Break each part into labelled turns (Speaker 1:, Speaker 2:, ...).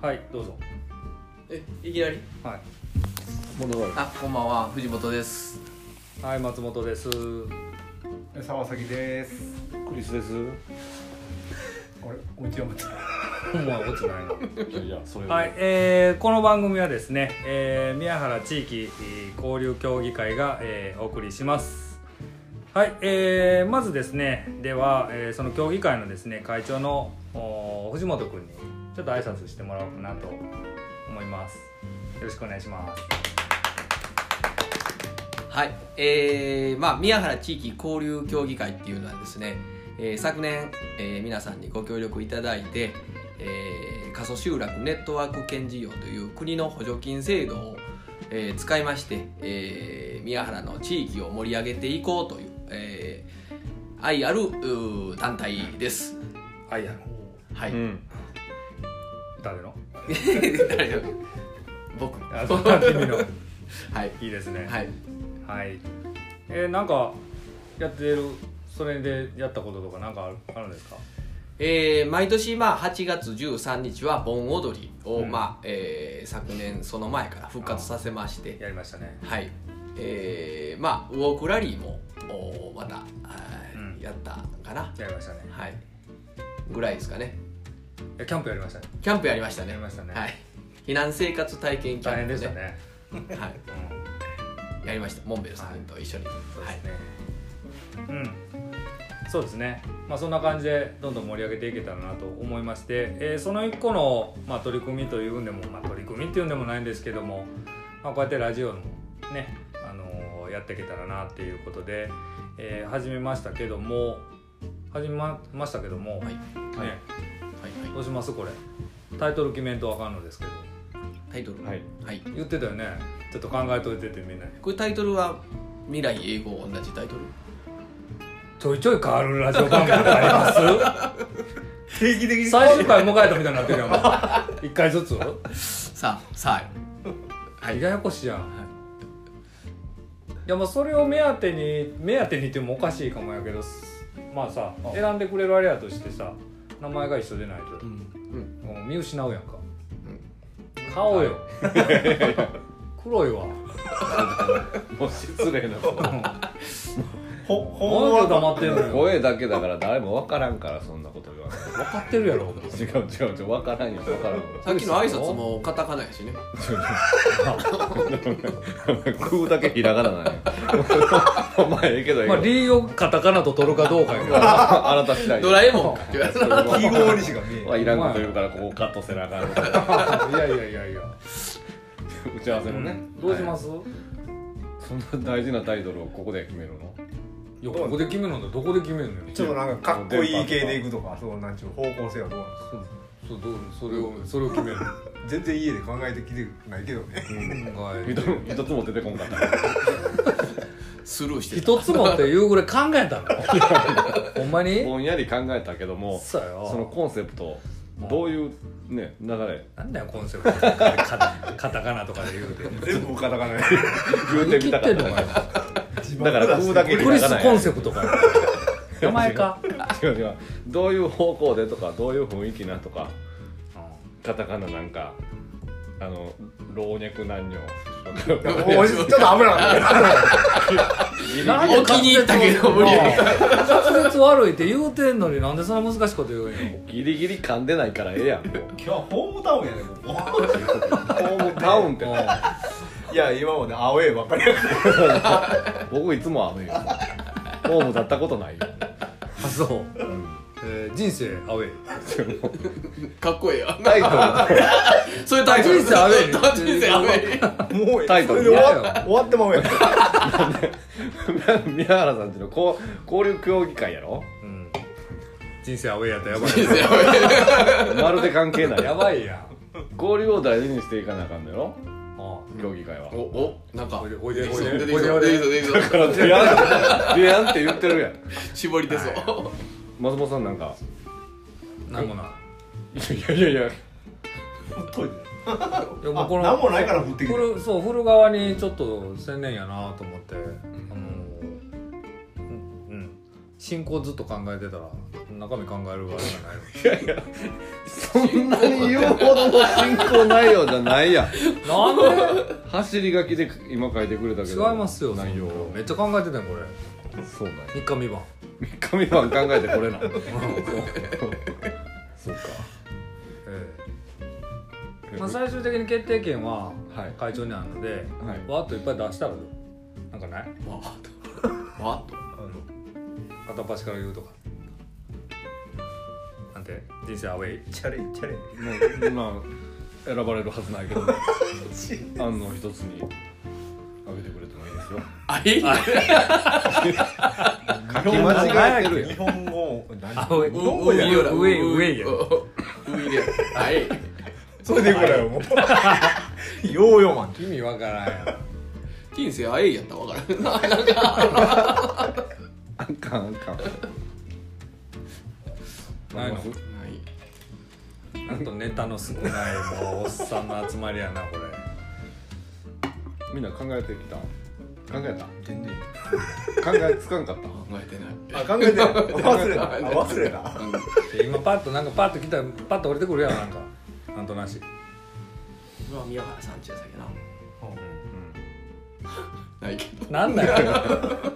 Speaker 1: はいどうぞ
Speaker 2: えいきなり
Speaker 1: は
Speaker 2: あこんばんは藤本です
Speaker 1: いはい松本です
Speaker 3: 沢崎です。
Speaker 4: クリスです。
Speaker 3: あれ、落ちやめた。
Speaker 1: ほんま落ちないない
Speaker 4: や、そ れ
Speaker 1: はい、えーこの番組はですね、えー宮原地域えー交流協議会が、えーお送りします。はい、えーまずですね、では、えーその協議会のですね会長のおー藤本君にちょっと挨拶してもらおうかなと思います。よろしくお願いします。
Speaker 2: はいえー、まあ宮原地域交流協議会っていうのはですね、えー昨年、えー皆さんにご協力いただいて、えー、過疎集落ネットワーク県事業という国の補助金制度を、えー使いまして、えー宮原の地域を盛り上げていこうという、えー愛あるうー団体です
Speaker 1: はい、や
Speaker 2: はい、
Speaker 4: うん。
Speaker 1: 誰の？
Speaker 2: 誰だ僕
Speaker 1: あ、そう君の。
Speaker 2: はい
Speaker 1: いいですね。
Speaker 2: はい
Speaker 1: はい。えーなんかやってるそれでやったこととかなんかあるあるんですか？
Speaker 2: えー毎年、まあ、8月13日は盆踊りを、
Speaker 1: うん
Speaker 2: まあえー昨年その前から復活させまして、
Speaker 1: やりましたね。
Speaker 2: はいえーまあ、ウォークラリーもおーまた、あー
Speaker 1: うん
Speaker 2: やったかな、
Speaker 1: やりましたね。
Speaker 2: はい、ぐらいですかね
Speaker 1: いやキャンプやりましたね。
Speaker 2: キャンプやりましたね
Speaker 1: やりましたね
Speaker 2: はい、避難生活体験キ
Speaker 1: 大
Speaker 2: ャン
Speaker 1: 変
Speaker 2: プ
Speaker 1: でしたね。
Speaker 2: はい、
Speaker 1: うん、
Speaker 2: やりましたモンベルさんと一緒に、
Speaker 1: そう
Speaker 2: は
Speaker 1: で
Speaker 2: い
Speaker 1: すね。うん。そうですね。まあそんな感じでどんどん盛り上げていけたらなと思いまして、えーその一個のまあ取り組みというんでもまあ取り組みっていうんでもないんですけども、まあこうやってラジオのねあのーやっていけたらなっていうことで、えー始めましたけども始めまましたけども、
Speaker 2: はい
Speaker 1: ね、
Speaker 4: はい
Speaker 2: はい
Speaker 1: ど
Speaker 2: は
Speaker 1: うしますこれタイトル決めんとわかんのですけど
Speaker 2: い、タイトル、
Speaker 4: はい
Speaker 2: はい、
Speaker 1: 言ってたよねちょっと考えといてってみんなに
Speaker 2: これタイトルは未来英語同じタイトル
Speaker 1: ちょいちょい変わるラジオ番組ってあります
Speaker 4: 定期的 に。
Speaker 1: 最終回迎えたみたいになってるやんもう一回ずつ
Speaker 2: さあさあはい
Speaker 1: ややこしいやん、い、やもうそれを目当てに目当てにってもおかしいかもやけどまあさ
Speaker 4: あ
Speaker 1: 選んでくれるあれやとしてさ名前が一緒でないと
Speaker 2: う、ん
Speaker 1: もう見失うやんか、顔
Speaker 2: 顔
Speaker 1: よ黒 いわ
Speaker 4: もう失礼な。
Speaker 3: ほ、
Speaker 1: 何で
Speaker 3: ほ
Speaker 1: 黙ってんのよ 分
Speaker 4: 声だけだから、誰もわからんから、そんなこと言わない。
Speaker 1: かってるやろ
Speaker 4: 違う、違う、違う、わからんよ、わからんよ。
Speaker 2: さっきの挨拶もカタカナやしね
Speaker 4: 食うだけひらがななんや。お前、ええけど、ええ
Speaker 1: まあ
Speaker 4: けど。
Speaker 1: 理由をカタカナと取るかどうか やけど
Speaker 4: あなた次第。
Speaker 2: ドラえもんか
Speaker 4: は
Speaker 3: 記号にしか見え
Speaker 4: いらんこと言うから、ここカットせなあかん。
Speaker 1: いやいやいやいや、
Speaker 4: 打ち合わせのね。
Speaker 1: どうします、
Speaker 4: そんな大事なタイトルをここで決めるの。
Speaker 1: いやここで決めるんだどこで決めるのよ
Speaker 3: ちょっとなんかかっこいい系でいくとか、そうなんちゅう方向性はどうな
Speaker 1: そうどうそれをそれを決める
Speaker 3: の。全然家で考えてきてないけどね。
Speaker 1: はい
Speaker 4: 一つ一つも出てこんかった。
Speaker 2: スルーしてた
Speaker 1: 一つもっていうぐらい考えたのほんまに
Speaker 4: ぼんやり考えたけども。
Speaker 1: そうよ
Speaker 4: そのコンセプトどういうね流れ
Speaker 1: なんだよコンセプトカタカタカナとかで言うて
Speaker 3: 全部カタカナや。
Speaker 4: 言うてみたか
Speaker 1: 何切って
Speaker 4: っ
Speaker 1: んの
Speaker 4: た
Speaker 3: だ
Speaker 4: だから食うだけ
Speaker 1: クリスコンセプトかよ名前か
Speaker 4: 違う違うどういう方向でとかどういう雰囲気なとかカタカナなんかあの老若男女
Speaker 3: おいちょっと危なか っ
Speaker 1: なんで
Speaker 2: お気に入ったけど無理や
Speaker 1: 滑舌悪いって言うてんのになんでそんな難しいこと言うんよ
Speaker 4: ギリギリ噛んでないからええやんもう
Speaker 3: た。今日はホームタウンやね、も
Speaker 4: ホームタウンって
Speaker 3: う。いや、今までアウェーばっかりやから。
Speaker 4: 僕いつも雨よホームだったことないよ
Speaker 1: あそう、えー人生アウェイ
Speaker 2: かっこええや
Speaker 4: タイトル
Speaker 2: それ大
Speaker 1: 人生アウェイ
Speaker 2: 人生アウェイ
Speaker 3: もう
Speaker 4: タイトル
Speaker 3: それで終わ終わってまうやん。
Speaker 4: 宮原さんちのこう交流協議会やろ
Speaker 1: うん人生アウェイやったらやば
Speaker 2: 人生アウェイ
Speaker 4: まるで関係ない
Speaker 1: いやばいやん
Speaker 4: 交流を大事にしていかなあかんのやろ
Speaker 1: あ
Speaker 4: 協議会は
Speaker 2: おおなんか
Speaker 1: おいでおいで
Speaker 2: 出てきそう
Speaker 1: おいで
Speaker 2: 出てき
Speaker 1: おいで
Speaker 2: そう出てきそう出てきそう
Speaker 4: だから出やん出やんって言ってるやん
Speaker 2: 絞り出そう
Speaker 4: 松本さんなんか
Speaker 1: あなんもない
Speaker 4: いやいやいや
Speaker 3: トイレ
Speaker 1: いやも
Speaker 3: あ、
Speaker 1: うこの
Speaker 3: なんもないから降ってきて。
Speaker 1: 振るそう振る側にちょっと専念やなと思って、あのーうん、進行ずっと考えてたら中身考えるあれがない
Speaker 4: そんなに言うほどの進行内容じゃないやん
Speaker 1: のなんで
Speaker 4: 走り書きで今書いてくれたけ
Speaker 1: 違
Speaker 4: ど
Speaker 1: いますよ
Speaker 4: 内容
Speaker 1: そんなめっちゃ考えてたよこ
Speaker 4: そうなんや
Speaker 1: れ3日三晩
Speaker 4: 三日三晩考えてこれなそうか
Speaker 1: ええまあ、最終的に決定権は
Speaker 4: はい
Speaker 1: 会長にあるので、
Speaker 4: はい
Speaker 1: わーっといっぱい出したらどうなんかない
Speaker 2: わーっとわーっと
Speaker 1: 片っ端から言うとかなんて人生アウェイ
Speaker 3: チャレチャレ
Speaker 4: まあ選ばれるはずないけど 案の一つにあげてくれてもいいですよ
Speaker 2: あいいね
Speaker 3: 書き間違えてる日本語何
Speaker 1: あおい
Speaker 3: 日本語や
Speaker 1: うう上上や
Speaker 2: 上やはい
Speaker 3: それでこれよもうようよまん
Speaker 1: 意味わからんやん
Speaker 2: 人生あえいやったらわからんな
Speaker 4: あかんあかん
Speaker 1: ないの
Speaker 2: い
Speaker 1: なんとネタの少ないもうおっさんの集まりやなこれ
Speaker 4: みんな考えてきた考え
Speaker 3: 全然
Speaker 4: た考えつかんかった
Speaker 2: 考えてない
Speaker 3: あ考えてない 忘れたあ忘れた
Speaker 1: で今パッとなんかパッと来たらパッと降りてくるやんなんかなんとなし
Speaker 2: うわ宮原さんちやったけどなないけど
Speaker 1: なんだよ、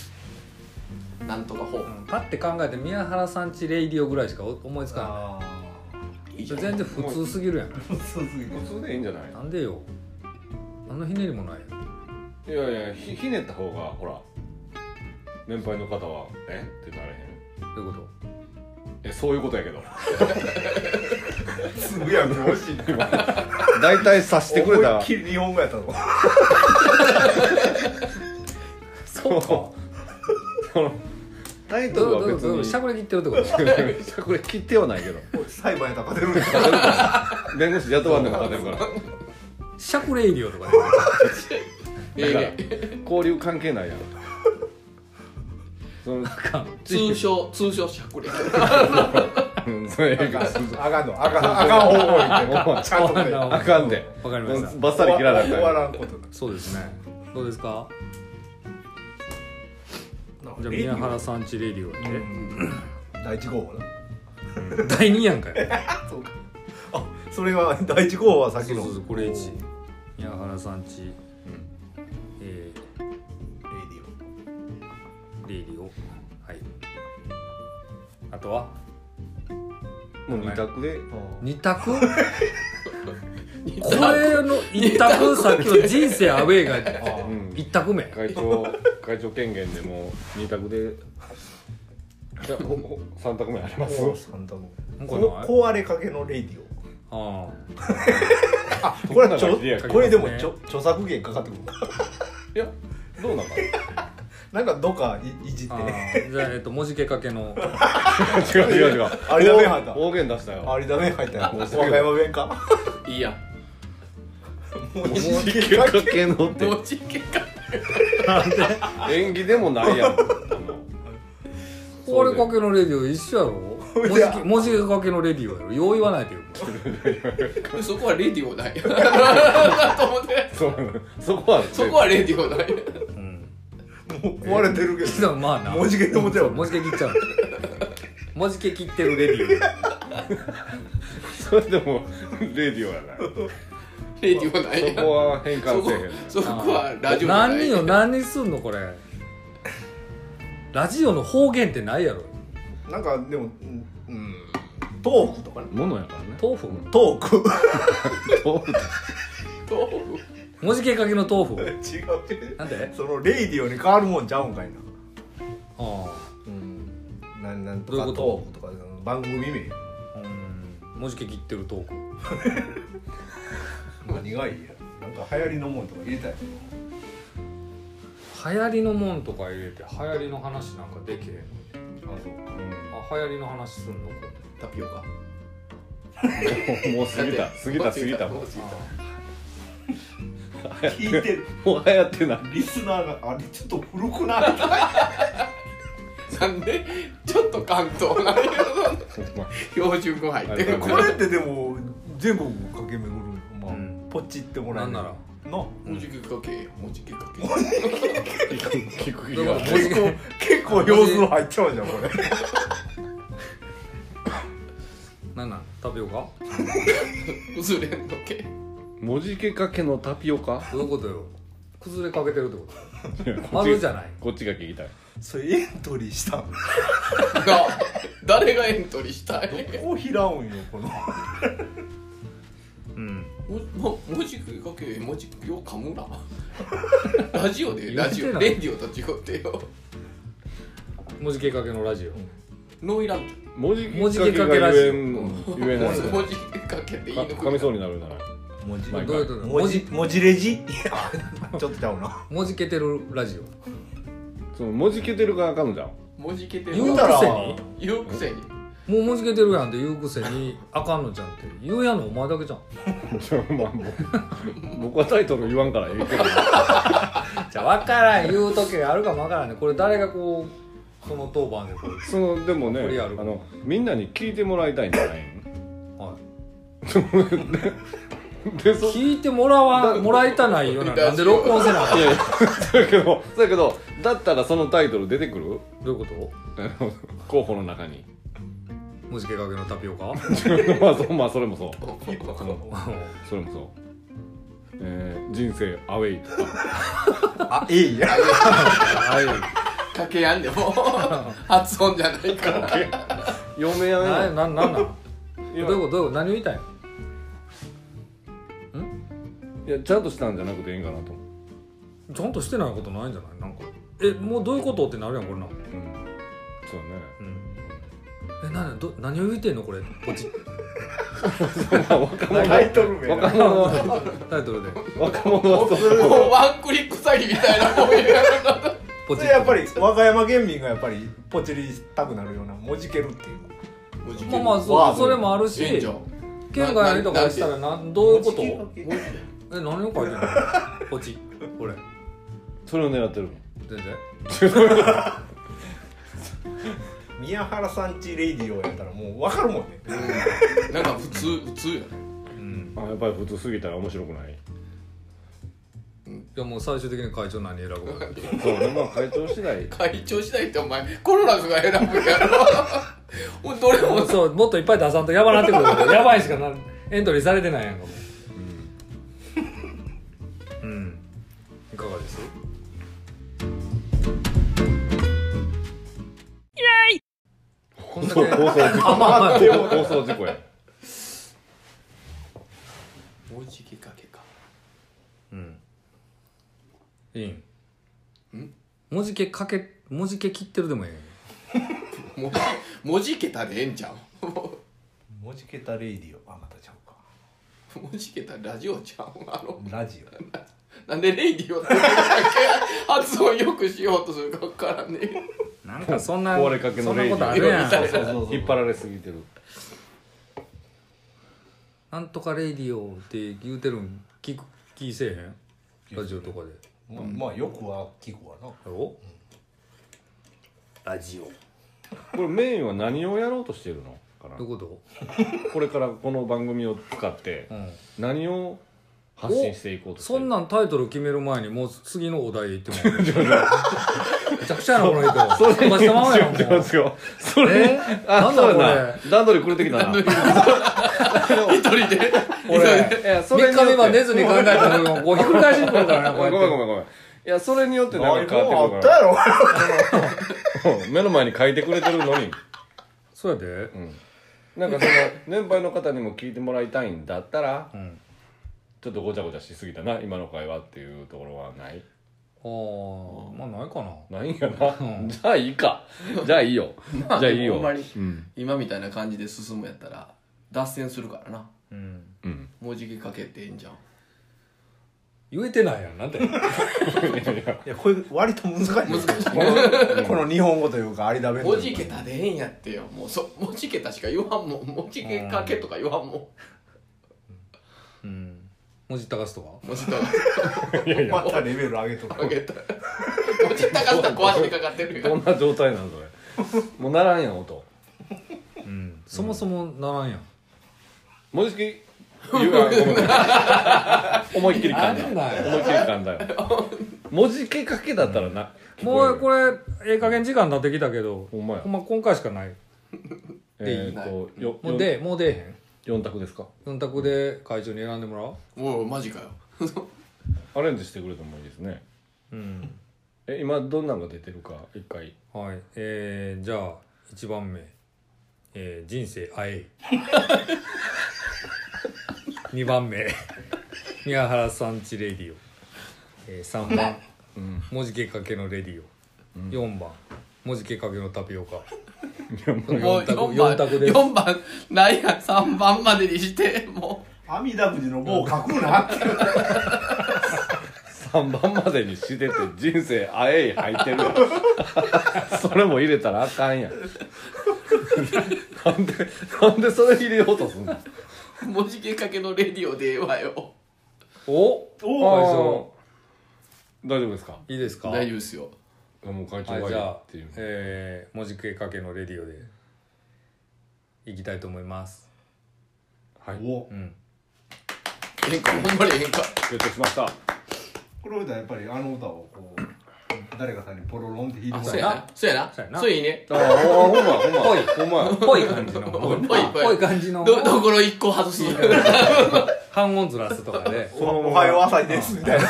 Speaker 2: なんとかほう
Speaker 1: うんパッて考えて宮原さんちレイディオぐらいしか思いつか
Speaker 3: あ
Speaker 1: ない
Speaker 2: いじゃ
Speaker 1: 全
Speaker 2: ん
Speaker 1: 然普通すぎるやん
Speaker 3: あ そうすぎる
Speaker 4: 普通でいいんじゃない
Speaker 1: なんでよ何のひねりもないよ
Speaker 4: いやいやひひねった方がほら年配の方はえってなれへん
Speaker 1: どういうこ
Speaker 4: えそういうことやけど
Speaker 3: すぐやん惜しいね
Speaker 4: 大体察してくれた
Speaker 3: 思いっきり日本語やったの
Speaker 1: とそうか
Speaker 4: タイト
Speaker 1: ど
Speaker 4: ル
Speaker 1: う
Speaker 4: は
Speaker 1: どう
Speaker 4: 別
Speaker 1: どう
Speaker 4: に
Speaker 1: しゃくれ切ってるってこ
Speaker 4: これ切ってはないけど
Speaker 3: 裁判やったら勝てるんですか
Speaker 4: 弁護士雇わんでも勝てるから
Speaker 1: と しゃくれ入りよとかね
Speaker 2: え
Speaker 4: だから交流関係ないやんその
Speaker 2: 通称通称しゃくれ
Speaker 4: うんそれええけど
Speaker 3: あかんのあかんあかん方向に行ってもうちゃんとね
Speaker 1: そうなの
Speaker 4: あかんで
Speaker 1: わかりました
Speaker 4: バッサリ切らなあ
Speaker 3: 終わ
Speaker 4: かん
Speaker 3: らんことだ
Speaker 1: そうですねどうですかじゃあ
Speaker 3: レイデ
Speaker 1: 宮
Speaker 3: ィオ
Speaker 1: 原さんちレイディオやって、
Speaker 3: 第一号はな
Speaker 1: 第2やんかよ
Speaker 3: そうかあそれが第一号はさ っ
Speaker 1: そ
Speaker 3: き
Speaker 1: う
Speaker 3: の
Speaker 1: そうそうこれ
Speaker 3: レイデ
Speaker 1: 1宮原さんち、え
Speaker 3: ィ
Speaker 1: ー、レイディオはいあとは
Speaker 4: もう二択で
Speaker 3: オ
Speaker 1: 二択これ の一択さっきの人生アウェイが
Speaker 4: ん
Speaker 1: 一択目
Speaker 4: 会長会長権限でもう二択でじゃあほほ三択目あります
Speaker 3: おサンタの
Speaker 1: なんか
Speaker 3: こ
Speaker 1: ない
Speaker 3: の壊れかけのレイディオ
Speaker 1: あ
Speaker 3: あこれはち
Speaker 4: そ
Speaker 3: ょ
Speaker 4: んなのアイデアかけますね
Speaker 3: これでもちょ著作権かかってくるか
Speaker 4: いやどうなんか
Speaker 3: なんかどっかいいじっ
Speaker 1: あ
Speaker 3: て
Speaker 1: ああじゃあ、えっと、文字けかけの
Speaker 4: 違う違う違う
Speaker 3: あれダメなんだ
Speaker 4: 大言出したよ
Speaker 3: あれだね入ったよ和歌山弁か
Speaker 2: いいや
Speaker 3: もう
Speaker 4: 文
Speaker 3: 一
Speaker 4: 字
Speaker 3: 撃
Speaker 4: かけのって
Speaker 2: もうちけか
Speaker 4: 演技でもないやん
Speaker 1: 壊れかけのレディオ一緒や
Speaker 3: いや
Speaker 1: ろ文字文字かけのレディオやろよう言わないでよ
Speaker 2: そこはレディオないと思って
Speaker 4: そうそこは
Speaker 2: そこはレディオない
Speaker 1: うん
Speaker 3: もう壊れてるけ
Speaker 1: 実
Speaker 3: ど
Speaker 1: はまあな
Speaker 3: 文字切れ思っちゃう
Speaker 1: 文 字切っちゃう文字切ってるレディ
Speaker 4: それでもレディオやな
Speaker 2: レディオない
Speaker 4: そこは変
Speaker 2: そ
Speaker 4: 換
Speaker 2: こ
Speaker 4: せえへん
Speaker 2: そ
Speaker 1: オ
Speaker 2: こはラジオじゃない
Speaker 1: 何人よ何人すんのこれラジオの方言ってないやろ
Speaker 3: なんかでもうんうんトークとかね
Speaker 4: ものやからね
Speaker 1: 豆腐
Speaker 3: トーク
Speaker 4: 豆腐
Speaker 2: 豆腐
Speaker 1: 文字けかけの豆腐
Speaker 3: 違う
Speaker 1: なんで
Speaker 3: そのレイディオに変わるもんちゃうんかいな
Speaker 1: あ
Speaker 3: うんなんなんと
Speaker 1: どう
Speaker 3: か
Speaker 1: いうこと
Speaker 3: トークとか番組名
Speaker 1: あうん文字け切ってる豆腐
Speaker 3: 何がいいやなんか流行りのもんとか入れたい
Speaker 1: 流行りのもんとか入れて流行りの話なんかできへん
Speaker 3: あそうか
Speaker 1: あ流行りの話すんのこれ
Speaker 2: タピオカ
Speaker 4: もうもう過ぎた過ぎた過ぎたも
Speaker 2: もう過ぎた
Speaker 3: 聞いてる
Speaker 4: う流行ってない
Speaker 3: リスナーがあれちょっと古くない
Speaker 2: なんでちょっと関東なんや
Speaker 4: ほんま
Speaker 2: 標準語入って
Speaker 4: あれ
Speaker 2: る
Speaker 3: これってでも全国を駆け巡るまあ、
Speaker 1: うん
Speaker 3: ポチっても
Speaker 1: な
Speaker 3: らえ
Speaker 1: ん
Speaker 3: る
Speaker 1: なら
Speaker 3: の
Speaker 2: おじけかけおじけかけ
Speaker 4: 聞く気
Speaker 2: だ
Speaker 4: が
Speaker 2: から
Speaker 3: 結構結構様子入っちゃうじゃんこれ
Speaker 1: なんなん食べようか
Speaker 2: 崩れんのけ
Speaker 4: 文字けかけのタピオカ
Speaker 1: どういうことよ崩れかけてるってこと
Speaker 4: る
Speaker 1: 丸じゃない
Speaker 4: こっちが聞きたい
Speaker 3: それエントリーした ど
Speaker 2: が誰がエントリーしたい
Speaker 3: こを開うんよこの
Speaker 1: うん
Speaker 2: もも文字かけ文字よか むなラジオでラジ
Speaker 1: 言って
Speaker 2: オ
Speaker 1: ない
Speaker 2: レディオと違ってよ
Speaker 1: 文字けかけのラジオ
Speaker 2: ノイランド
Speaker 4: 文字
Speaker 1: 文字け
Speaker 4: け
Speaker 1: か
Speaker 4: か
Speaker 1: け
Speaker 4: け
Speaker 1: ラ
Speaker 4: が
Speaker 1: ジオ
Speaker 4: 言えん言えない
Speaker 2: 文字かけていいの
Speaker 4: かかみそうになるじゃない
Speaker 3: 文字
Speaker 4: まあ
Speaker 1: どういうことだ
Speaker 3: 文
Speaker 1: 文
Speaker 3: 字
Speaker 1: 字
Speaker 3: 文字レジちょっとちゃうな
Speaker 1: 文字けてるラジオ
Speaker 4: その文字けてるがあかんじゃん
Speaker 2: 文字けて
Speaker 1: 言
Speaker 3: 言
Speaker 1: う
Speaker 3: う
Speaker 1: た
Speaker 3: た
Speaker 1: ら
Speaker 3: ら
Speaker 2: 言うくせに
Speaker 1: もう文字けてるやんって言うくせにあかんのじゃんって言うやんのお前だけじゃん
Speaker 4: ちょまあもう僕はタイトル言わんからええけど
Speaker 1: じゃあ分からん言う時があるかも分からんねこれ誰がこうその当番でこう
Speaker 4: そのでもね
Speaker 1: これやる
Speaker 4: あのみんなに聞いてもらいたいんじゃない
Speaker 1: はい
Speaker 4: んでそ
Speaker 1: 聞いてもらわもらいたないよななんで録音せなあかん
Speaker 4: いやいやだけどだけどだったらそのタイトル出てくる
Speaker 1: どういうこと
Speaker 4: あの候補の中に
Speaker 1: 文字けかけのタピオカ
Speaker 4: まあそうまあそれもそう
Speaker 2: あ
Speaker 4: それもそうえー人生アウェイとか
Speaker 3: あえいや
Speaker 1: はい
Speaker 2: かけやんでも 発音じゃないから
Speaker 4: 嫁や
Speaker 1: なな
Speaker 4: め
Speaker 1: なんなんどういう
Speaker 4: い
Speaker 1: ことどういうこと何を言いたいの
Speaker 4: やいやちゃんとしたんじゃなくていいんかなと思う
Speaker 1: ちゃんとしてないことないんじゃないなんかえもうどういうことってなるやんこれな
Speaker 4: うんそうね
Speaker 1: うんえなんど何を言ってんのこれポチ
Speaker 3: タイトル名
Speaker 4: 若
Speaker 3: な
Speaker 4: 者は
Speaker 1: タイトルで
Speaker 4: 若者はそう
Speaker 2: もうワンクリック詐欺みたいなもんや
Speaker 1: ポ
Speaker 3: そ
Speaker 1: チ
Speaker 3: れやっぱり和歌山県民がやっぱりポチりたくなるような文字けるっていう
Speaker 2: 文字
Speaker 1: まあまあそうそれもあるし
Speaker 2: ええんじゃん
Speaker 1: 県外にとかしたらなんどういうこと
Speaker 3: 文字
Speaker 2: 文字
Speaker 1: え何を書いて んのポチこれ
Speaker 4: それを狙ってる
Speaker 1: 全然
Speaker 3: 宮原さんちレイディオやったらもう分かるもんね
Speaker 2: うんなんか普通普通やね
Speaker 1: うん
Speaker 4: あやっぱり普通すぎたら面白くない
Speaker 1: いやもう最終的に会長何選ぶ か
Speaker 4: そうねまあ会長次第
Speaker 2: 会長次第ってお前コロナが選ぶや ろもうどれ
Speaker 1: も
Speaker 2: も
Speaker 1: うそうもっといっぱい出さんとやばなってくる からやばいしかなエントリーされてないやんかもううんいかがです こんだ
Speaker 4: 放送
Speaker 1: け
Speaker 4: 事故
Speaker 1: あまあまあ
Speaker 4: 放送事故や
Speaker 2: 文字きっかけか
Speaker 1: うんいいん
Speaker 2: ん
Speaker 1: 文字けかけ文字け切ってるでもええやん
Speaker 2: 文字文字桁でええんじゃ んも
Speaker 3: 文字桁レイディオあまたちゃうか
Speaker 2: う文字桁ラジオちゃんあの
Speaker 3: ラジオ
Speaker 2: なんでレイディオってだけ発音よくしようとするか分からんね
Speaker 1: なんかそんな
Speaker 4: 壊れかけ
Speaker 1: そ
Speaker 4: の
Speaker 1: んな
Speaker 4: レイジ
Speaker 1: ことあるやん
Speaker 2: そうそう
Speaker 4: 引っ張られすぎてる
Speaker 1: なんとかレイディオって言うてるん聞く聞せえへんラジオとかで
Speaker 3: ままあよくは聞くわな
Speaker 1: やろ
Speaker 3: ラジオ
Speaker 4: これメインは何をやろうとしてるのかな
Speaker 1: どういうこ
Speaker 4: これからこの番組を使って
Speaker 1: と、うん、
Speaker 4: 何を発信していこうとして
Speaker 1: そ
Speaker 4: る
Speaker 1: んなんタイトル決める前にもう次のお題行っても らうめちゃくちゃやなこの人 それしたままやんも
Speaker 4: 違う違う
Speaker 1: う
Speaker 4: 違うそれ
Speaker 1: えな
Speaker 4: あ
Speaker 1: んだ
Speaker 4: そ
Speaker 1: こ
Speaker 4: う
Speaker 1: れ
Speaker 4: やな段取りくれてきたな
Speaker 2: 一人で
Speaker 1: 俺
Speaker 4: いやそ
Speaker 1: 3
Speaker 4: れによっ
Speaker 1: 日目
Speaker 4: て
Speaker 1: は寝ずに考えたのをこうひっくり返しにくるからなこう
Speaker 4: ごめ
Speaker 1: やっ
Speaker 4: んごめんごめ
Speaker 1: て
Speaker 4: んいやそれによって
Speaker 3: あ
Speaker 4: なんか変わって
Speaker 3: あ
Speaker 4: く
Speaker 3: っ
Speaker 4: る
Speaker 3: た
Speaker 4: か
Speaker 3: やろ
Speaker 4: ら目の前に書いてくれてるのに
Speaker 1: そうやで
Speaker 4: うんなんかその年配の方にも聞いてもらいたいんだったら
Speaker 1: うん
Speaker 4: ちょっとごちゃごちゃしすぎたな今の会話っていうところはない
Speaker 1: あーまあないかな
Speaker 4: ないんやな、
Speaker 1: うん
Speaker 4: じゃあいいかじゃあいいよ
Speaker 2: まあ
Speaker 4: じゃあいいよ
Speaker 2: ほんまに
Speaker 4: うん
Speaker 2: 今みたいな感じで進むやったら脱線するからな
Speaker 1: うん
Speaker 4: うん
Speaker 2: 文字きっかけってええんじゃん
Speaker 1: 言えてないやんなん て
Speaker 3: いやこれ割と難しい難しいこの日本語というか有田弁という
Speaker 2: 文
Speaker 3: か
Speaker 2: 字桁でええんやってよもうそ文字桁しか言わんもん文字きっかけとか言わんも
Speaker 1: うん文字高すとか
Speaker 2: ん文字と
Speaker 3: またレベル上げとく
Speaker 2: かけた文字高さ壊してかかってる
Speaker 4: ど
Speaker 2: よ
Speaker 4: んな状態なのそれもうならんやん音
Speaker 1: うんそもそもならんやん
Speaker 4: 文字き言うあごめんごめん思いっきり噛んだ
Speaker 1: なんだよ
Speaker 4: 思いっきり噛 んだよ文字きっかけだったらな
Speaker 1: もうこ
Speaker 4: れ
Speaker 1: れええ加減時間経ってきたけど
Speaker 4: ほんまや
Speaker 1: ほんま今回しかない
Speaker 4: えーとよ
Speaker 1: もうでもう出えへん
Speaker 4: よん4択ですか
Speaker 1: 四択で会長に選んでもらお
Speaker 2: おおマジかよ
Speaker 4: アレンジしてくれてもいいですね
Speaker 1: ううん
Speaker 4: え今どんなんが出てるか一回
Speaker 1: はいえー、じゃあ一番目、えー、人生あえい 二番目宮原さんちレディオ、えー、3番
Speaker 4: うん
Speaker 1: 文字けかけのレディ
Speaker 4: うん
Speaker 1: オ4番文字けかけのタピオカ
Speaker 2: もう
Speaker 1: 4
Speaker 2: 4
Speaker 1: 択
Speaker 2: 番
Speaker 1: 4択です
Speaker 2: 4番ないや3番までにしても
Speaker 3: 阿弥陀仏の棒書くなって
Speaker 4: 3番までにしてて人生あえい入ってるやんそれも入れたらあかんやんなんでなんでそれ入れようとすんの
Speaker 2: う文字きっかけのレディオでええわよ
Speaker 1: お
Speaker 3: お
Speaker 1: ー
Speaker 4: あー大丈夫ですか
Speaker 1: いいですか
Speaker 2: 大丈夫ですよ
Speaker 4: もう会長
Speaker 1: はい、
Speaker 4: がい
Speaker 1: じ
Speaker 4: い
Speaker 1: ゃ
Speaker 4: っ
Speaker 1: あ
Speaker 4: ていう、、
Speaker 1: えー、文字けかけのレディオでいきたいと思います。
Speaker 4: はい
Speaker 3: お
Speaker 1: うん。
Speaker 2: ええんかほんまにええんか
Speaker 4: 決定しました
Speaker 3: これ歌やっぱりあの歌をこう誰かさんにポロロンって弾いて
Speaker 2: あ
Speaker 3: も
Speaker 2: そう
Speaker 3: ら
Speaker 2: やなそうや
Speaker 1: そうや
Speaker 2: な
Speaker 1: な
Speaker 2: そういいね
Speaker 4: ああほんまほんま
Speaker 1: ぽい
Speaker 4: ほんまや
Speaker 1: ぽい感じの。
Speaker 2: ぽいぽい
Speaker 1: ぽい感じの
Speaker 2: ど。どころ1個外す
Speaker 1: 半音ずらすとか で。
Speaker 3: おおはよう朝日ですみたいな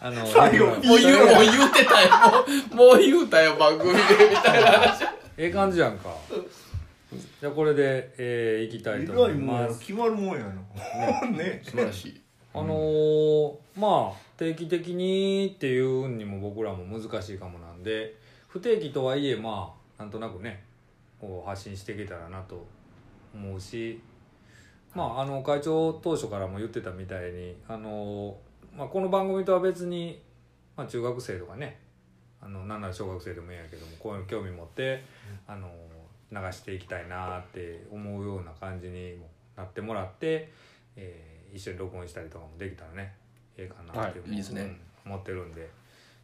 Speaker 1: あの、
Speaker 3: 最後
Speaker 2: もう言う、もう言うてたよ。もう、もう言うたよ、番組で、みたいな話。
Speaker 1: ええ感じやんか。じゃあこれで、えー、いきたい
Speaker 3: え
Speaker 1: と
Speaker 3: ら
Speaker 1: 思
Speaker 3: い
Speaker 1: い
Speaker 3: もんや
Speaker 1: ま
Speaker 3: な
Speaker 1: す。
Speaker 3: 決まるもんやなね
Speaker 2: 晴らしい。
Speaker 1: あのーまあ定期的にっていうにも僕らも難しいかもなんで不定期とはいえまあなんとなくねこう発信していけたらなと思うしまああの会長当初からも言ってたみたいにあのーまあ、この番組とは別に、まあ、中学生とかねあのなんなら小学生でもいいんやけどもこういうの興味持って、あのー流していきたいなって思うような感じにもなってもらって。えー一緒に録音したりとかもできたらねええかなって、
Speaker 2: はいいいですね
Speaker 1: うん思ってるんで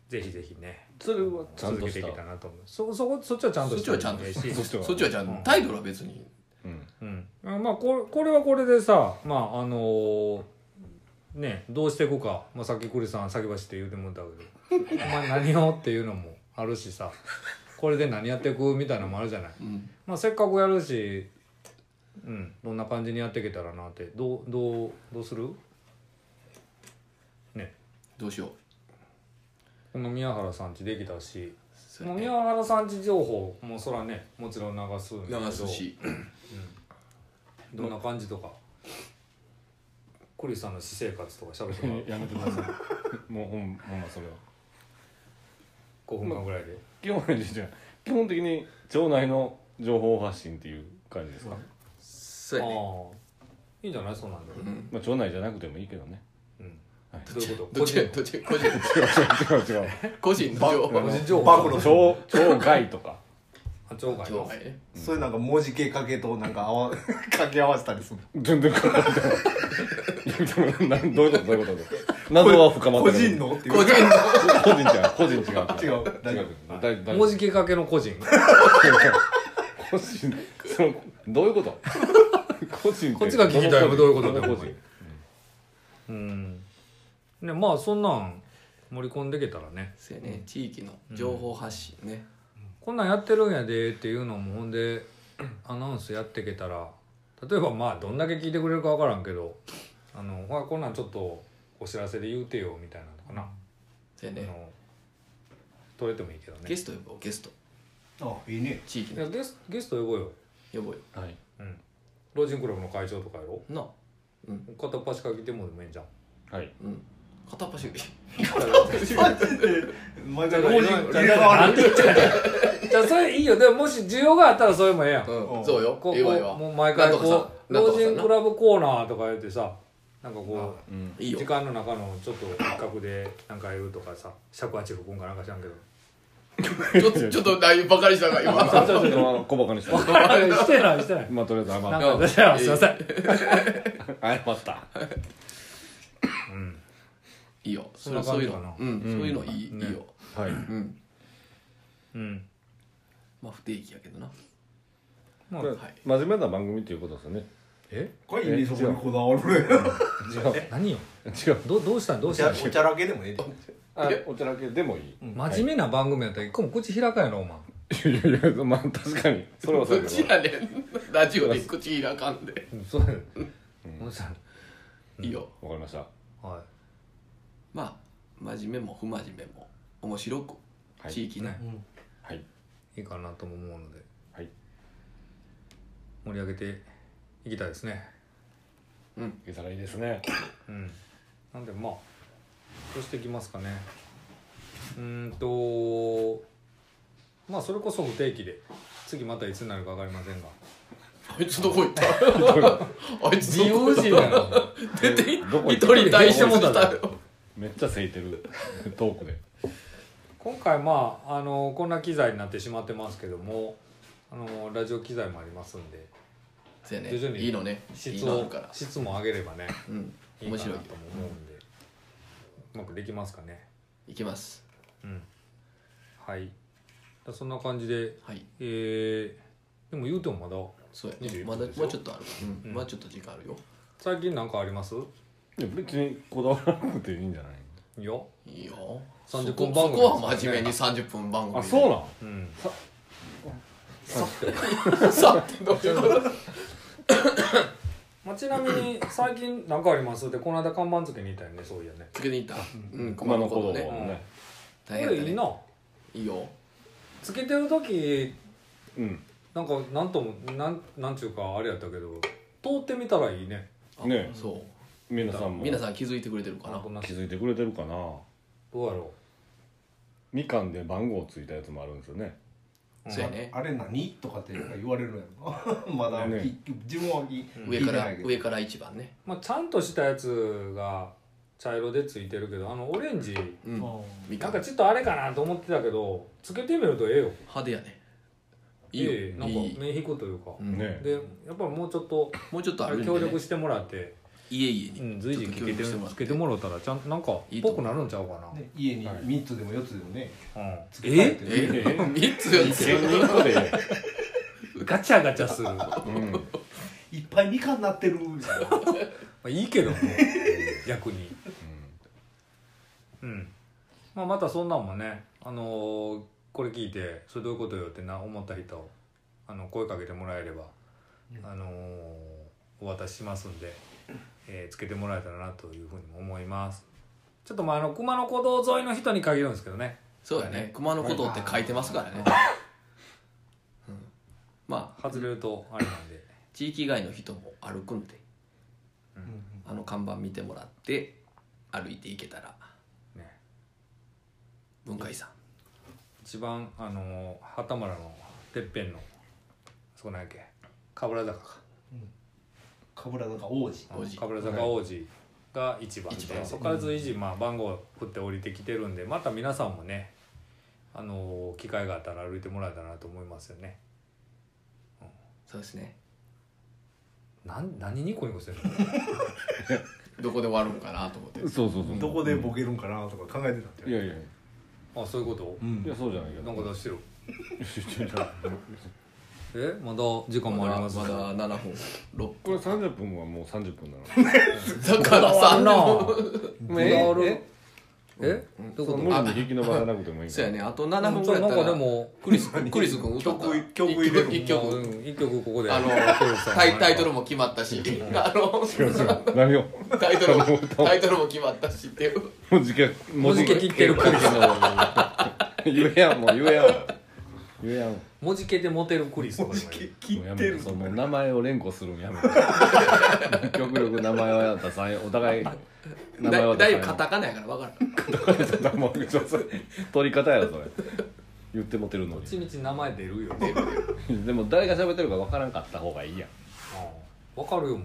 Speaker 1: ぜひぜひね
Speaker 4: それはちゃん
Speaker 1: 続
Speaker 4: と
Speaker 1: け
Speaker 4: して
Speaker 1: い
Speaker 4: た
Speaker 1: けたらなと思うそそこそっちはちゃんとして
Speaker 2: そっちはちゃんと
Speaker 1: し
Speaker 2: して
Speaker 4: そっちは
Speaker 2: そっちはじゃあ、タイトルは別に。
Speaker 4: うん
Speaker 1: うん、まあこれこれはこれでさまああのーねどうしていこうか、まあ、さっき栗さん先走って言うてもらったけどお前何をっていうのもあるしさこれで何やっていくみたいなのもあるじゃない、
Speaker 2: うん。
Speaker 1: まあ、せっかくやるしうんどんな感じにやっていけたらなってどうどうどうするね
Speaker 2: どうしよう。
Speaker 1: この宮原さんちできたし、
Speaker 2: そう
Speaker 1: も
Speaker 2: や
Speaker 1: う
Speaker 2: ね
Speaker 1: 宮原さんち情報もうそらねもちろん流すんだけど
Speaker 2: 流すし。
Speaker 1: どんな感じとかクリスさんの私生活とか喋ってもらう
Speaker 4: やめてください もうほんほんまそれは
Speaker 1: 5分間ぐらいで、
Speaker 4: 基本的に基本的に町内の情報発信っていう感じですか、
Speaker 2: そうや
Speaker 1: あ
Speaker 2: ね。
Speaker 1: あいいんじゃないそうなんで、
Speaker 2: う。
Speaker 1: うん
Speaker 4: まあ、町内じゃなくてもいいけどね
Speaker 1: ん
Speaker 4: はい
Speaker 1: どういうこと
Speaker 2: ど
Speaker 1: 個
Speaker 2: っち
Speaker 1: 人
Speaker 2: どっち個人
Speaker 4: 違う違う違う
Speaker 2: 個人の情報
Speaker 1: 個
Speaker 2: の
Speaker 1: 人情報
Speaker 3: 暴露
Speaker 4: 町町外とか
Speaker 1: あ町外
Speaker 2: 情報
Speaker 1: の
Speaker 2: やね
Speaker 3: それなんか文字系かけとなんか合わ掛け合わせたりする
Speaker 4: 全然関係ないいやでもなどういうことどういうこと謎は深まって
Speaker 3: 個
Speaker 4: る
Speaker 3: 人のってい
Speaker 2: 個
Speaker 3: う
Speaker 2: 人の
Speaker 4: 個人違う個人違う
Speaker 3: 違う大丈
Speaker 4: 夫大丈夫
Speaker 1: 文字きっかけの個人
Speaker 4: 個人そのどういうこと個人って
Speaker 1: こっちが聞きたいよどういうことだよ
Speaker 4: 個人
Speaker 1: うんねまあそんなん盛り込んでけたらね
Speaker 2: そうやね。地域の情報発信ね。
Speaker 1: こんなんやってるんやでっていうのもほんで アナウンスやってけたら例えばまあどんだけ聞いてくれるか分からんけどあのほらこんなんちょっとお知らせで言うてよみたいなのかな、
Speaker 2: そうや
Speaker 1: あ
Speaker 2: ね。
Speaker 1: の取れてもいいけどね
Speaker 2: ゲスト呼ぼう、ゲスト。
Speaker 3: あいいね
Speaker 2: 地域
Speaker 1: いや
Speaker 2: の。
Speaker 1: ゲスゲスト呼ぼうよ、
Speaker 2: 呼ぼうよ。
Speaker 4: はい
Speaker 1: うん、老人クラブの会長とかやろ
Speaker 2: なあ。
Speaker 1: 片っ端から来てもでもいいんじゃん
Speaker 4: はい
Speaker 2: うん。片っ端がいい。
Speaker 3: 毎
Speaker 1: じゃ
Speaker 3: 回
Speaker 1: あ
Speaker 3: 個人入
Speaker 1: じゃあ
Speaker 3: れ替わる
Speaker 1: じゃあそれいいよでももし需要があったらそれもええやん
Speaker 2: う。
Speaker 3: うんん
Speaker 2: そうよ。
Speaker 1: こう
Speaker 2: ええわええわ
Speaker 1: もう毎回
Speaker 2: なんとか
Speaker 1: こ
Speaker 2: さ
Speaker 1: う
Speaker 2: なんと
Speaker 1: 老
Speaker 2: かさ
Speaker 1: 人クラブコーナーとか言ってさなんかこう
Speaker 4: うん
Speaker 2: いいよ
Speaker 1: 時。間の中のちょっと一角でなんかやるとかさ尺八吹くんかなんか知らんけど
Speaker 2: ちょっと、ちょっと、だいぶバカにしたが、今。
Speaker 4: ちょっとちょっと小バカにした
Speaker 1: してないしてない
Speaker 4: まあとりあえず謝
Speaker 1: なん
Speaker 4: っ
Speaker 1: か私はすいません、
Speaker 4: 謝った
Speaker 1: うん、
Speaker 2: いいよ。
Speaker 1: そ
Speaker 2: そ
Speaker 1: んな
Speaker 2: うそういう
Speaker 1: 感じかな
Speaker 2: の。うん。そう
Speaker 4: うん
Speaker 2: いうのいい
Speaker 1: ね
Speaker 2: いいよ。
Speaker 4: はい
Speaker 2: うん。
Speaker 1: うん、
Speaker 2: まあ、不定期やけどな。
Speaker 1: まあ
Speaker 4: これ
Speaker 2: はい
Speaker 4: 真面目な番組ということですよね
Speaker 1: え
Speaker 5: これ意味そこにこだわるね
Speaker 4: 違う
Speaker 1: 何よ
Speaker 4: 違う
Speaker 1: どどうしたんどう
Speaker 3: お
Speaker 1: した
Speaker 3: 茶
Speaker 1: ん
Speaker 3: おちゃらけでもええで
Speaker 4: あおちゃらけでもいい
Speaker 1: 真面目な番組やったら一個も口開かんやろお前
Speaker 4: いやいやまあ確かにそれはそ
Speaker 2: ど
Speaker 4: う
Speaker 2: っ
Speaker 4: や
Speaker 2: ち
Speaker 4: けど
Speaker 2: やねんラジオで口開かんで
Speaker 1: そうやねおじさん
Speaker 2: いいよ
Speaker 4: わかりました
Speaker 1: は
Speaker 2: まあ真面目も不真面目も面白く
Speaker 4: はい
Speaker 2: 地域
Speaker 1: い
Speaker 2: の、
Speaker 1: ね
Speaker 4: はい
Speaker 1: いいかなとも思うので
Speaker 4: はい
Speaker 1: 盛り上げていきたいですね
Speaker 4: いけたらいいですね
Speaker 1: うんなんでまあどうしていきますかねうーんとまあそれこそ不定期で次またいつになるか分かりませんが
Speaker 2: あいつどこ 行った あいつ
Speaker 1: 自
Speaker 2: ど
Speaker 1: 由
Speaker 2: こ行った
Speaker 1: 人だよ
Speaker 2: 出て
Speaker 4: どこ行
Speaker 2: 一
Speaker 4: った
Speaker 2: 人大しても
Speaker 1: どこ行
Speaker 2: た
Speaker 1: った
Speaker 2: よ
Speaker 4: めっちゃせいてるトークで
Speaker 1: 今回まああのこんな機材になってしまってますけどもあのラジオ機材もありますんで
Speaker 2: そうや
Speaker 1: 徐々
Speaker 2: ね
Speaker 1: に
Speaker 2: いいのねいい
Speaker 1: 質
Speaker 2: のある
Speaker 1: を
Speaker 2: から
Speaker 1: 質も上げればね
Speaker 2: うん
Speaker 1: いいか
Speaker 2: 面
Speaker 1: なと
Speaker 2: 白い
Speaker 1: も
Speaker 2: よ
Speaker 1: 思うんでうまくできますかね
Speaker 2: いきます
Speaker 1: うんはいそんな感じで
Speaker 2: はい
Speaker 1: えー、でも言うてもまだ
Speaker 2: そうや
Speaker 1: 21
Speaker 2: ねまだ
Speaker 1: 分ですよ
Speaker 2: もうちょっとある
Speaker 1: う
Speaker 2: う
Speaker 1: んん
Speaker 2: まだちょっと時間あるよ
Speaker 1: 最近なんかあります
Speaker 4: いや別にこだわらなくていいんじゃない
Speaker 1: いや
Speaker 2: いいよそ
Speaker 1: 30
Speaker 2: こ
Speaker 1: 分
Speaker 2: そ
Speaker 1: 番組
Speaker 2: こは真面目に30分番組
Speaker 4: あそうなん
Speaker 1: うん
Speaker 2: な さてどういうこと
Speaker 1: まあ、ちなみに最近なんかありますってこの間看板付けにいたよねそういやね
Speaker 2: つけていったうん
Speaker 4: 熊野古道
Speaker 2: ね
Speaker 4: ね
Speaker 1: こ
Speaker 2: 大変
Speaker 1: れ
Speaker 2: や
Speaker 1: い
Speaker 2: った
Speaker 1: い
Speaker 2: ね
Speaker 1: ない
Speaker 2: いよ
Speaker 1: つけてる時
Speaker 4: うん
Speaker 1: なんかなんともなんなんちゅうかあれやったけど通ってみたらいいね
Speaker 2: あ
Speaker 4: ね
Speaker 2: そ
Speaker 4: 皆さん
Speaker 2: う
Speaker 4: も
Speaker 2: 皆さん気づいてくれてるか
Speaker 1: な
Speaker 2: なん
Speaker 1: となく
Speaker 4: 気づいてくれてるかな
Speaker 1: どうやろ
Speaker 4: みかんで番号ついたやつもあるんですよね
Speaker 1: う、
Speaker 2: そうやね
Speaker 5: あれ何とかってなんか言われるのやろまだ、
Speaker 4: ね
Speaker 5: き自分はき
Speaker 2: 上
Speaker 5: 聞いて
Speaker 2: から
Speaker 5: ないけど
Speaker 2: 上から一番ね
Speaker 1: まあ、ちゃんとしたやつが茶色でついてるけどあのオレンジ
Speaker 2: うんみ
Speaker 1: な
Speaker 2: か
Speaker 1: んか
Speaker 2: ん
Speaker 1: ちょっとあれかなと思ってたけどつけてみるとええよ
Speaker 2: 派手やねいいよ
Speaker 1: ええなんか
Speaker 2: いい
Speaker 1: 目引くというか、
Speaker 2: うん
Speaker 4: ね
Speaker 1: でやっぱりもうちょっと
Speaker 2: もうちょっとあるんでね
Speaker 1: 協力してもらって、
Speaker 2: 家々
Speaker 1: う
Speaker 2: に
Speaker 1: ん、随時
Speaker 2: ちょっと
Speaker 1: つ
Speaker 2: 協
Speaker 1: けて
Speaker 2: 力してもら
Speaker 1: つ
Speaker 2: っ
Speaker 1: け
Speaker 2: て
Speaker 1: てもらったらちゃんとなんか
Speaker 2: いい
Speaker 1: っ
Speaker 2: と
Speaker 1: ぽ
Speaker 2: 思う
Speaker 1: くなるんちゃうかな
Speaker 5: ね家に
Speaker 1: はい
Speaker 5: 3つでも4つでもね
Speaker 1: うん
Speaker 5: つけ替えて
Speaker 2: え
Speaker 5: ね
Speaker 2: 3つやつ
Speaker 4: 千人個で
Speaker 1: ガチャガチャするま
Speaker 4: うん
Speaker 5: いっぱいみかんなってるみたい な
Speaker 1: あいいけど も逆にうん、まあ、またそんなんもね、あのーこれ聞いてそれどういうことよってな思った人をあの声かけてもらえれば、あのーお渡ししますんで、えーつけてもらえたらなというふうにも思いますちょっとまああの熊野古道沿いの人に限るんですけどね
Speaker 2: そうやね熊野古道って書いてますからねうんまあ
Speaker 1: 外れるとあれなんで、
Speaker 2: 地域外の人も歩くんであの看板見てもらって歩いていけたら
Speaker 1: ね、
Speaker 2: 文化遺産
Speaker 1: 一番あのー畑村のてっぺんのそこなんやっけ神楽坂か
Speaker 5: かぶら坂王子
Speaker 2: 王子
Speaker 1: かぶら坂王子が一番で
Speaker 2: 一番
Speaker 1: そこから随時まあ番号振って降りてきてるんでまた皆さんもねあのー機会があったら歩いてもらえたらなと思いますよね
Speaker 2: そうですね
Speaker 1: なん何ニコニコしてる
Speaker 2: どこで終わるのかなと思って
Speaker 4: うんそうそうそう
Speaker 5: どこでボケるんかなとか考えてたって
Speaker 4: いやいや
Speaker 1: のあそういうこ
Speaker 4: いやそうじゃないけ
Speaker 1: と
Speaker 4: ど
Speaker 1: なんか出してる
Speaker 4: いやいや
Speaker 1: えまだ時間もあります
Speaker 2: まだまだ7分6
Speaker 4: これ30分はもう30分なの
Speaker 2: 分だから
Speaker 1: あ
Speaker 2: さ
Speaker 1: んなえ
Speaker 4: え
Speaker 1: ええどういう
Speaker 4: そ
Speaker 1: こ
Speaker 4: の
Speaker 1: と
Speaker 4: 無理に引き伸ばさなくてもいいか
Speaker 2: そう
Speaker 4: ら
Speaker 2: やねあと7分
Speaker 1: ち
Speaker 2: ぐ
Speaker 1: ょ
Speaker 2: らいや
Speaker 1: な
Speaker 2: っ
Speaker 1: ん
Speaker 2: た
Speaker 1: かで
Speaker 2: ら
Speaker 1: も
Speaker 2: クリスクリス君歌ったら
Speaker 5: 曲曲入れる
Speaker 2: 一
Speaker 1: う
Speaker 2: 曲
Speaker 1: ん一曲ここで
Speaker 2: あのタイタイトルも決まったしあの
Speaker 4: 違う違う何を
Speaker 2: タイトルも
Speaker 4: もう歌おう
Speaker 2: タイトルも決まったしっていう
Speaker 4: もう時間も
Speaker 1: 文字切ってるクリス
Speaker 4: 言えやんもう言えやん言えやんも
Speaker 1: 文字系でモテるクリスこれもいいう
Speaker 4: やめてそうもう名前を連呼するんやめて極力名前は出さんよお互い名前
Speaker 2: だ
Speaker 4: は
Speaker 2: だ
Speaker 4: 出
Speaker 2: い
Speaker 4: さんよ
Speaker 2: ぶカタカナやから分からん
Speaker 4: もうちょっと取り方やろそれ言ってもてるの
Speaker 1: ち
Speaker 4: に
Speaker 1: みち名前出るよ
Speaker 4: でも誰が喋ってるか分からんかった方がいいやん
Speaker 1: うんわかるよも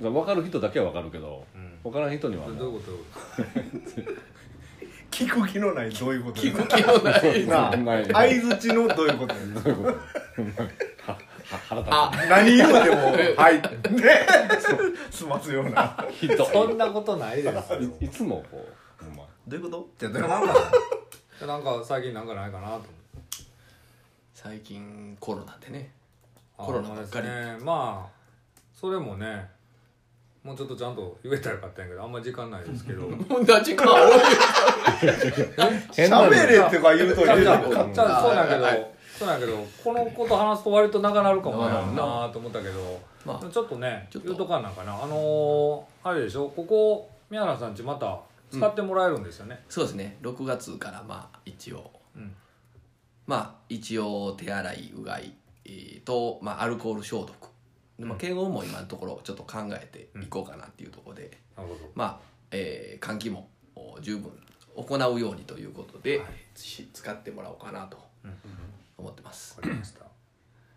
Speaker 1: う
Speaker 4: 分かる人だけは分かるけど、
Speaker 1: うん
Speaker 4: 分からん人には
Speaker 1: そ
Speaker 4: も
Speaker 1: れ
Speaker 4: う
Speaker 1: どういうこと
Speaker 5: 聞く気のないどういうこと聞く
Speaker 2: 気のない
Speaker 4: なあお前
Speaker 5: 相づちのどういうこと
Speaker 4: どういうことお前はは腹
Speaker 2: あ
Speaker 5: 何言うても「 はい」ね済ますような
Speaker 4: 立 つ
Speaker 1: そ
Speaker 4: 人
Speaker 1: んなことないですよ
Speaker 4: いいつもこうお前
Speaker 5: どういうことじゃあ
Speaker 1: なんか最近なんかないかなと思って
Speaker 2: 最近コロナでね
Speaker 1: あ
Speaker 2: コロナばっかり
Speaker 1: そうですねまあそれもねもうちょっとちゃんと言えたらよかったんやけどあんま時間ないですけ ど
Speaker 2: 何時間多い
Speaker 4: 変なの
Speaker 3: 喋れってか言うと
Speaker 1: ちゃう
Speaker 3: 言う
Speaker 1: ちゃう
Speaker 3: と
Speaker 1: ちゃうそうなんやけど、そうなんやけどこのこと話すと割と長なるかもななと思ったけど、
Speaker 2: まあ
Speaker 1: ちょっとね
Speaker 2: ちょっと
Speaker 1: 言うとかなんかなあのーあれでしょここ宮原さんちまた使ってもらえるんですよね、
Speaker 2: そうですね6月からまあ一応
Speaker 1: うん
Speaker 2: まあ一応手洗いうがいえーと、まあ、アルコール消毒で、まあ、検温も今のところちょっと考えていこうかなっていうところで、
Speaker 1: なるほど
Speaker 2: まあ、えー換気もお十分行うようにということで、
Speaker 1: はい
Speaker 2: し使ってもらおうかなと
Speaker 1: うん
Speaker 2: 思ってます、
Speaker 1: わかりました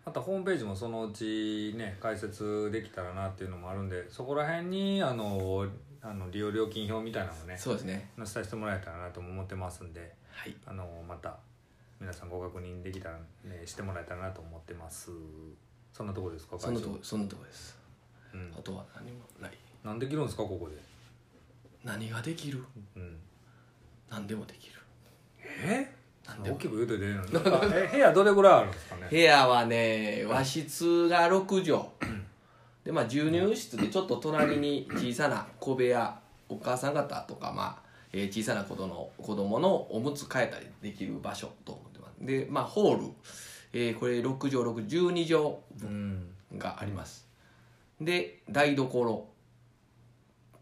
Speaker 1: またホームページもそのうちね解説できたらなっていうのもあるんでそこら辺にあのあの利用料金表みたいなのをね
Speaker 2: そうですね
Speaker 1: 載せさせてもらえたらなとも思ってますんで
Speaker 2: はい
Speaker 1: あのまた皆さんご確認できたら、ね、してもらえたらなと思ってますそんなとこですか
Speaker 2: そんなと
Speaker 1: 会
Speaker 2: こそんなとこです
Speaker 1: 長うん
Speaker 2: あとは何もない
Speaker 1: 何できるんですかここで、
Speaker 2: 何ができる
Speaker 1: うん、
Speaker 2: 何でもできる
Speaker 1: え
Speaker 2: なんで
Speaker 1: 大きく言うといてねえのにえ部屋どれぐらいあるんですか
Speaker 2: 部
Speaker 1: ね
Speaker 2: 屋はね和室が6畳でまあ授乳室でちょっと隣に小さな小部屋お母さん方とか、まあえー小さな子供の子供のおむつ替えたりできる場所と思ってますでまあホール、えーこれ6畳612
Speaker 1: うん
Speaker 2: 畳がありますで台所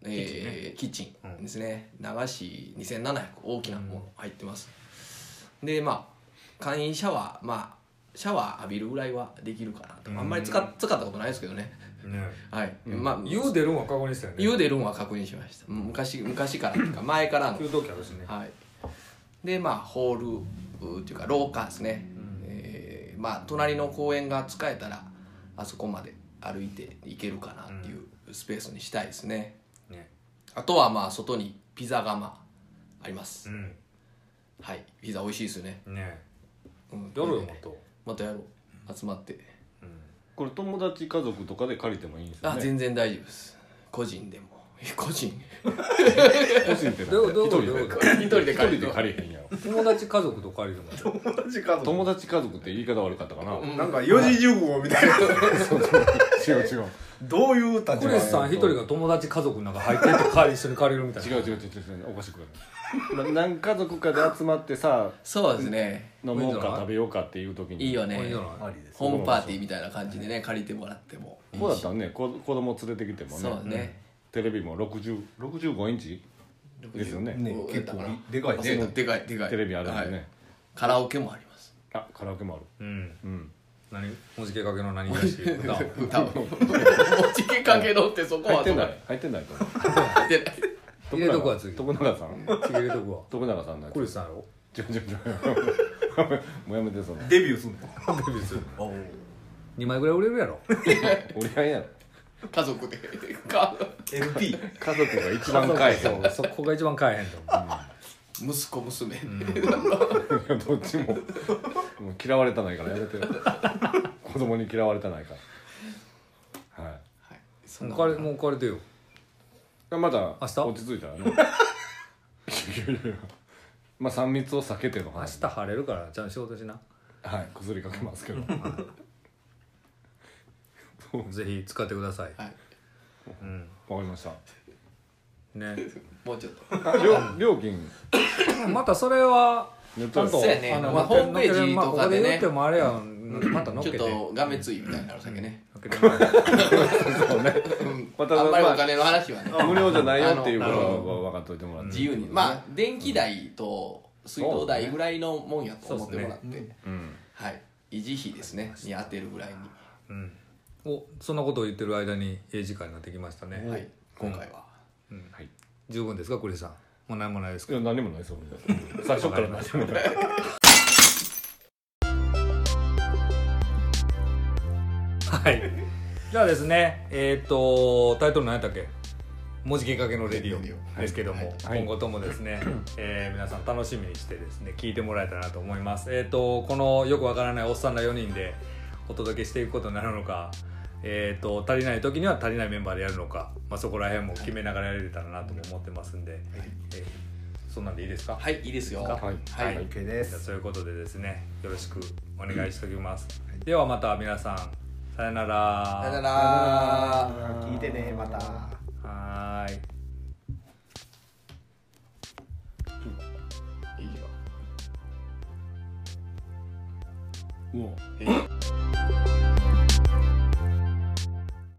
Speaker 2: えーキッチンですね、流し2700大きなもの入ってます、でまあ簡易シャワーまあシャワー浴びるぐらいはできるかなと、
Speaker 1: うん
Speaker 2: あんまり使っ使ったことないですけどね
Speaker 1: ね
Speaker 2: はい、まあ
Speaker 1: 湯出るんは確認したよね
Speaker 2: 湯出るんは確認しましたうん昔昔からというか前からの
Speaker 1: 給湯器あるしね
Speaker 2: はいでまあホールうーっていうか廊下ですね、
Speaker 1: ん
Speaker 2: えーまあ隣の公園が使えたらあそこまで歩いて行けるかなっていうスペースにしたいですね、
Speaker 1: ね
Speaker 2: あとはまあ外にピザ窯あります、
Speaker 1: う
Speaker 2: はいピザ美味しいですよね、
Speaker 1: んね
Speaker 2: うん
Speaker 1: やろうよもっと、
Speaker 2: またやろう集まって
Speaker 1: うん、
Speaker 4: これ友達家族とかで借りてもいいんですよ
Speaker 2: あ
Speaker 4: ね
Speaker 2: 全然大丈夫です個人でも 個人
Speaker 4: 個人ってなんだ
Speaker 1: どうどう
Speaker 4: 一人で
Speaker 1: どう
Speaker 2: 一人で借り
Speaker 4: 一人
Speaker 2: る
Speaker 4: で借りへんやろ
Speaker 1: 友達家族と借りるもん
Speaker 3: 友達家族
Speaker 4: 友達家族って言い方悪かったかな、
Speaker 3: なんか四字熟語みたいな
Speaker 4: 違う違う
Speaker 3: どういう立場
Speaker 1: クリスさん一人が友達家族の中入ってって借り一緒に借りるみたい
Speaker 4: 違
Speaker 1: な
Speaker 4: う違う違う違うおかしくないな何家族かで集まってさ
Speaker 2: そうですね
Speaker 4: 飲もうか食べようかっていう時に
Speaker 2: いいよね
Speaker 1: いいんじゃない
Speaker 3: ありです
Speaker 2: ホームパーティーみたいな感じでね借りてもらっても
Speaker 4: こうだったらねこ子供連れてきても
Speaker 2: そう
Speaker 4: ね
Speaker 2: ね、
Speaker 4: テレビも60 65インチですよね
Speaker 3: ね
Speaker 2: こう
Speaker 3: 結
Speaker 2: だか
Speaker 3: 構
Speaker 2: ら
Speaker 3: でかい
Speaker 2: あそう
Speaker 3: ね
Speaker 2: でかいでかい
Speaker 4: テレビあるんでね、
Speaker 2: はいカラオケもあります
Speaker 4: あカラオケもある
Speaker 1: うん
Speaker 4: うん
Speaker 1: 何文字系かけの何がし歌
Speaker 2: 歌を持ちけかけろってそこ
Speaker 4: 入
Speaker 2: は
Speaker 4: ってない入ってないと思う
Speaker 2: 入ってない
Speaker 1: 入れとこは次
Speaker 4: 徳永さん
Speaker 1: 次入れとくわ
Speaker 4: 徳永さんのや
Speaker 1: クリ
Speaker 4: つ
Speaker 1: スさんやろ
Speaker 4: ちょちょちょもうやめてその
Speaker 3: デビューすんの
Speaker 1: デビューする2枚ぐらい売れるやろ
Speaker 4: 折り合いやろ
Speaker 2: 家族でか
Speaker 3: LP
Speaker 4: 家族が一番かえへん
Speaker 1: そうそこが一番買えへんと
Speaker 2: 息子娘、
Speaker 4: いやどっちももう嫌われたないからやめてよ子供に嫌われたないからはい
Speaker 2: はいそんな
Speaker 1: 思うもう借りもう借りてよ
Speaker 4: まあまだ
Speaker 1: 明日
Speaker 4: 落ち着いたらねいやいやいやまあ3密を避けての
Speaker 1: 明
Speaker 4: 話
Speaker 1: 日晴れるからちゃんと仕事しな
Speaker 4: はい薬かけますけど
Speaker 1: ぜひ使ってください、
Speaker 2: はい
Speaker 1: うん
Speaker 4: わかりました
Speaker 1: ね
Speaker 2: もうちょっと
Speaker 4: あ料料金
Speaker 1: またそれは
Speaker 4: ネッ
Speaker 1: ちゃ
Speaker 4: ト
Speaker 1: ん
Speaker 4: で
Speaker 1: と、
Speaker 2: そうやね
Speaker 1: あの、
Speaker 2: まあ
Speaker 1: 載って
Speaker 2: ホームページとかでね
Speaker 1: まあここ言ってもあれやんまた乗っ
Speaker 2: ち
Speaker 1: け
Speaker 2: ょってとがめついみたいになるだけね、
Speaker 1: 載っけてもらえる
Speaker 2: うん
Speaker 4: また
Speaker 2: あんまりお金の話はね、
Speaker 4: 無料じゃないよっていうこ
Speaker 2: あの
Speaker 4: とは分かっといてもらって
Speaker 2: 自由にまあ電気代と水道代ぐらいのもんやと思ってもらって、
Speaker 4: うん
Speaker 2: はい維持費ですねに当てるぐらい
Speaker 1: うんおそんなことを言ってる間にええ時間になってきました
Speaker 2: に、は
Speaker 1: ね
Speaker 2: い、今回は、
Speaker 4: はい
Speaker 1: 十分ですかクリスさんもう何もないです
Speaker 4: い
Speaker 1: か
Speaker 4: や何もないですよ最初から何もない
Speaker 1: はいじゃあですねえっ、とタイトル何やったっけ文字きっかけのレディ
Speaker 2: レディ
Speaker 1: オですけども、
Speaker 4: はい
Speaker 1: 今後ともです ね、えー皆さん楽しみにしてですね聞いてもらえたらなと思いますえっ、とこのよくわからないおっさんら4人でお届けしていくことになるのかえー、と足りない時には足りないメンバーでやるのか、まあ、そこら辺も決めながらやれたらなとも思ってますんで、えーそんなんでいいですか
Speaker 2: はいいいですよ
Speaker 4: はい
Speaker 2: はい
Speaker 3: OK で
Speaker 1: じゃあ
Speaker 3: す
Speaker 1: そういうことでですねよろしくお願いしておきます、ではまた皆さんさよなら
Speaker 2: さよな
Speaker 3: あ
Speaker 2: ら
Speaker 3: ー聞いてねまた。
Speaker 1: はーい
Speaker 5: いいよ
Speaker 4: もう
Speaker 5: え